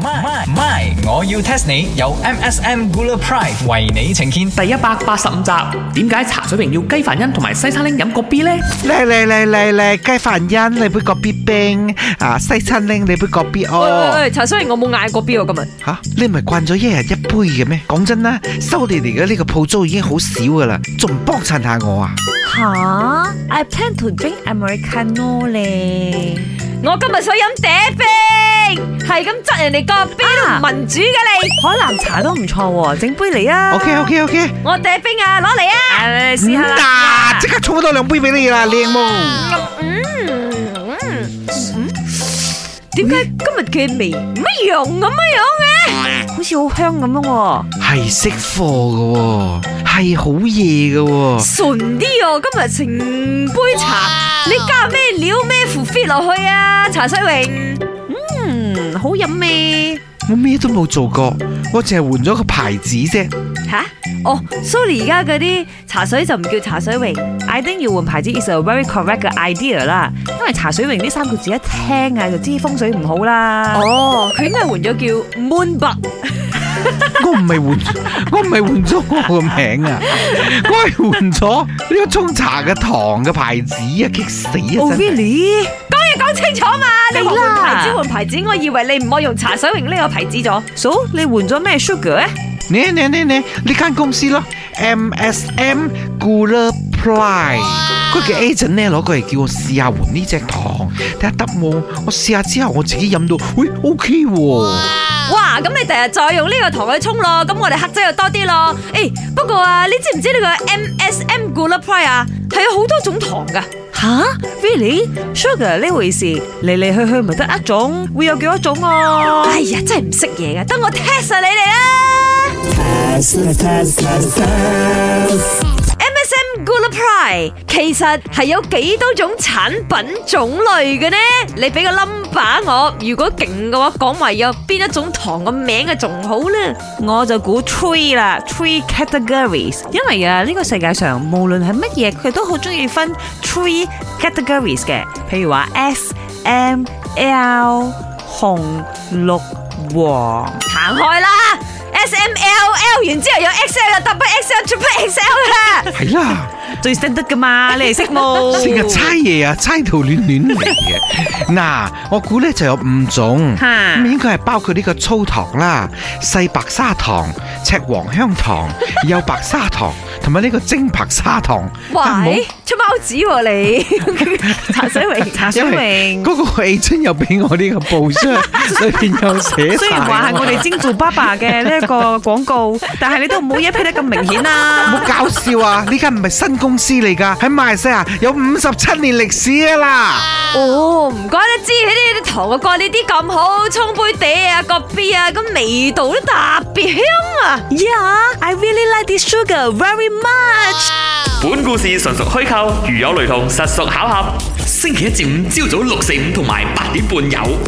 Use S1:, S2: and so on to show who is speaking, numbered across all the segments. S1: My My，我要 test 你有 MSM Gula Pride 為你呈現。
S2: 第一百八十五集，點解茶水榮要雞飯因同埋西餐拎飲個 B 呢？
S3: 嚟嚟嚟嚟嚟，雞飯欣你杯葛 B 冰啊，西餐拎你杯葛 B
S4: 喂喂
S3: 哦
S4: 喂，茶水，我冇嗌過標啊今日。
S3: 吓、你唔係慣咗一日一杯嘅咩？講真啦，收你嚟嘅呢個鋪租已經好少噶啦，仲幫襯下我啊？
S5: 吓，I plan to drink Americano 咧。
S4: 我今日想飲嗲冰，係咁執人哋個冰
S5: 啊
S4: 都唔民主嘅你。
S5: 海南茶都唔錯喎，整杯嚟啊
S3: OK Ừ, OK OK，
S4: 我嗲冰啊，攞嚟啊！
S5: 誒試下啦
S3: 嗱，。即刻沖多兩杯俾你啦，靚冇？
S4: 點解今日嘅味唔一樣咁樣樣嘅？
S5: 好似好香咁樣喎。
S3: 係識貨嘅喎，係好嘢嘅喎。
S4: 純啲哦，今日成杯茶，你加咩料咩腐 fit 落去啊？茶水榮，
S5: 嗯，好飲味。
S3: 我咩都冇做過，我淨係換咗個牌子啫。
S4: 吓？哦，sorry，而家嗰啲茶水就唔叫茶水榮。
S5: I think 要換牌子 is a very correct 嘅 idea 啦，因為茶水榮呢三個字一聽啊就知風水唔好啦。
S4: 哦，佢應該換咗叫 Moonbug。
S3: 我唔係換，我唔係換咗我個名啊，我係換咗呢個沖茶嘅糖嘅牌子啊，激死
S4: Oh,
S3: 啊！真係
S5: really？
S4: 你講清楚嘛？你
S5: 係
S4: 話
S5: 啦
S4: 換牌子換牌子，我以為你唔愛用茶水榮呢個牌子咗。
S5: 嫂，你換咗咩 sugar 咧？
S3: 你你你你呢間公司咯，MSM Gula Ply，佢嘅 agent 咧攞過嚟叫我試下換呢隻糖，睇下得冇？我試下之後我自己飲到，喂 OK 喎，
S4: 哇！咁你第日再用呢個糖去沖咯，咁我哋黑仔又多啲咯。誒、不過啊，你知唔知呢個 MSM Gula Pride 啊，係有好多種糖噶。
S5: 吓？really？sugar 呢回事嚟嚟去去咪得一種，會有幾多種啊？
S4: 哎呀，真係唔識嘢嘅，等我 test 下你哋啊啦。MSM Gula Pride 其實係有幾多種產品種類嘅呢？你俾個 number 我，如果勁嘅話，講埋有邊一種糖個名嘅仲好呢？
S5: 我就估 three 啦，three categories，因為啊呢個世界上無論係乜嘢，佢都好中意分 three categories 嘅，譬如話 S、M、L、紅、綠、黃。
S4: 行開啦！S M L L 完之後有 X L 有 double X L triple X L 啦，
S3: 係啦，
S5: 最識得噶嘛，你哋識 冇？
S3: 成日猜嘢啊，猜到亂亂嚟 嘅。嗱，我估咧就有五種。咁
S5: 嚇，
S3: 應該係包括呢個粗糖啦、細白砂糖、赤黃香糖、 幼白砂糖同埋呢個精白砂糖。啊
S4: 喂，出貓子喎 你，
S5: 茶水榮， 茶水
S3: 因為
S5: 榮。
S3: 嗰個 A 春又俾我呢個報 章裏邊有寫
S5: 雖然話係我哋。精做爸爸嘅呢一個廣告，但係你都唔好嘢批得咁明顯
S3: 冇
S5: 啦。
S3: 搞笑啊！呢間唔係新公司嚟㗎，喺馬來西亞有五十七年歷史㗎啦。
S4: 哦，唔怪得知呢啲糖嘅過呢啲咁好，沖杯嗲啊、個 B 啊，咁味道都特別香啊！
S5: Yeah，I really like this sugar very much。
S6: 本故事純屬虛構，如有雷同，實屬巧合。星期一至五朝早六四五同埋八點半有。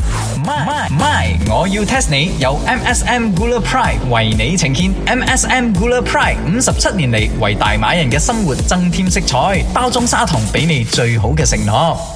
S1: My My，我要 test 你有 MSM Gula Pride 為你呈現。MSM Gula Pride 五十七年嚟為大馬人嘅生活增添色彩，包裝砂糖俾你最好嘅承諾。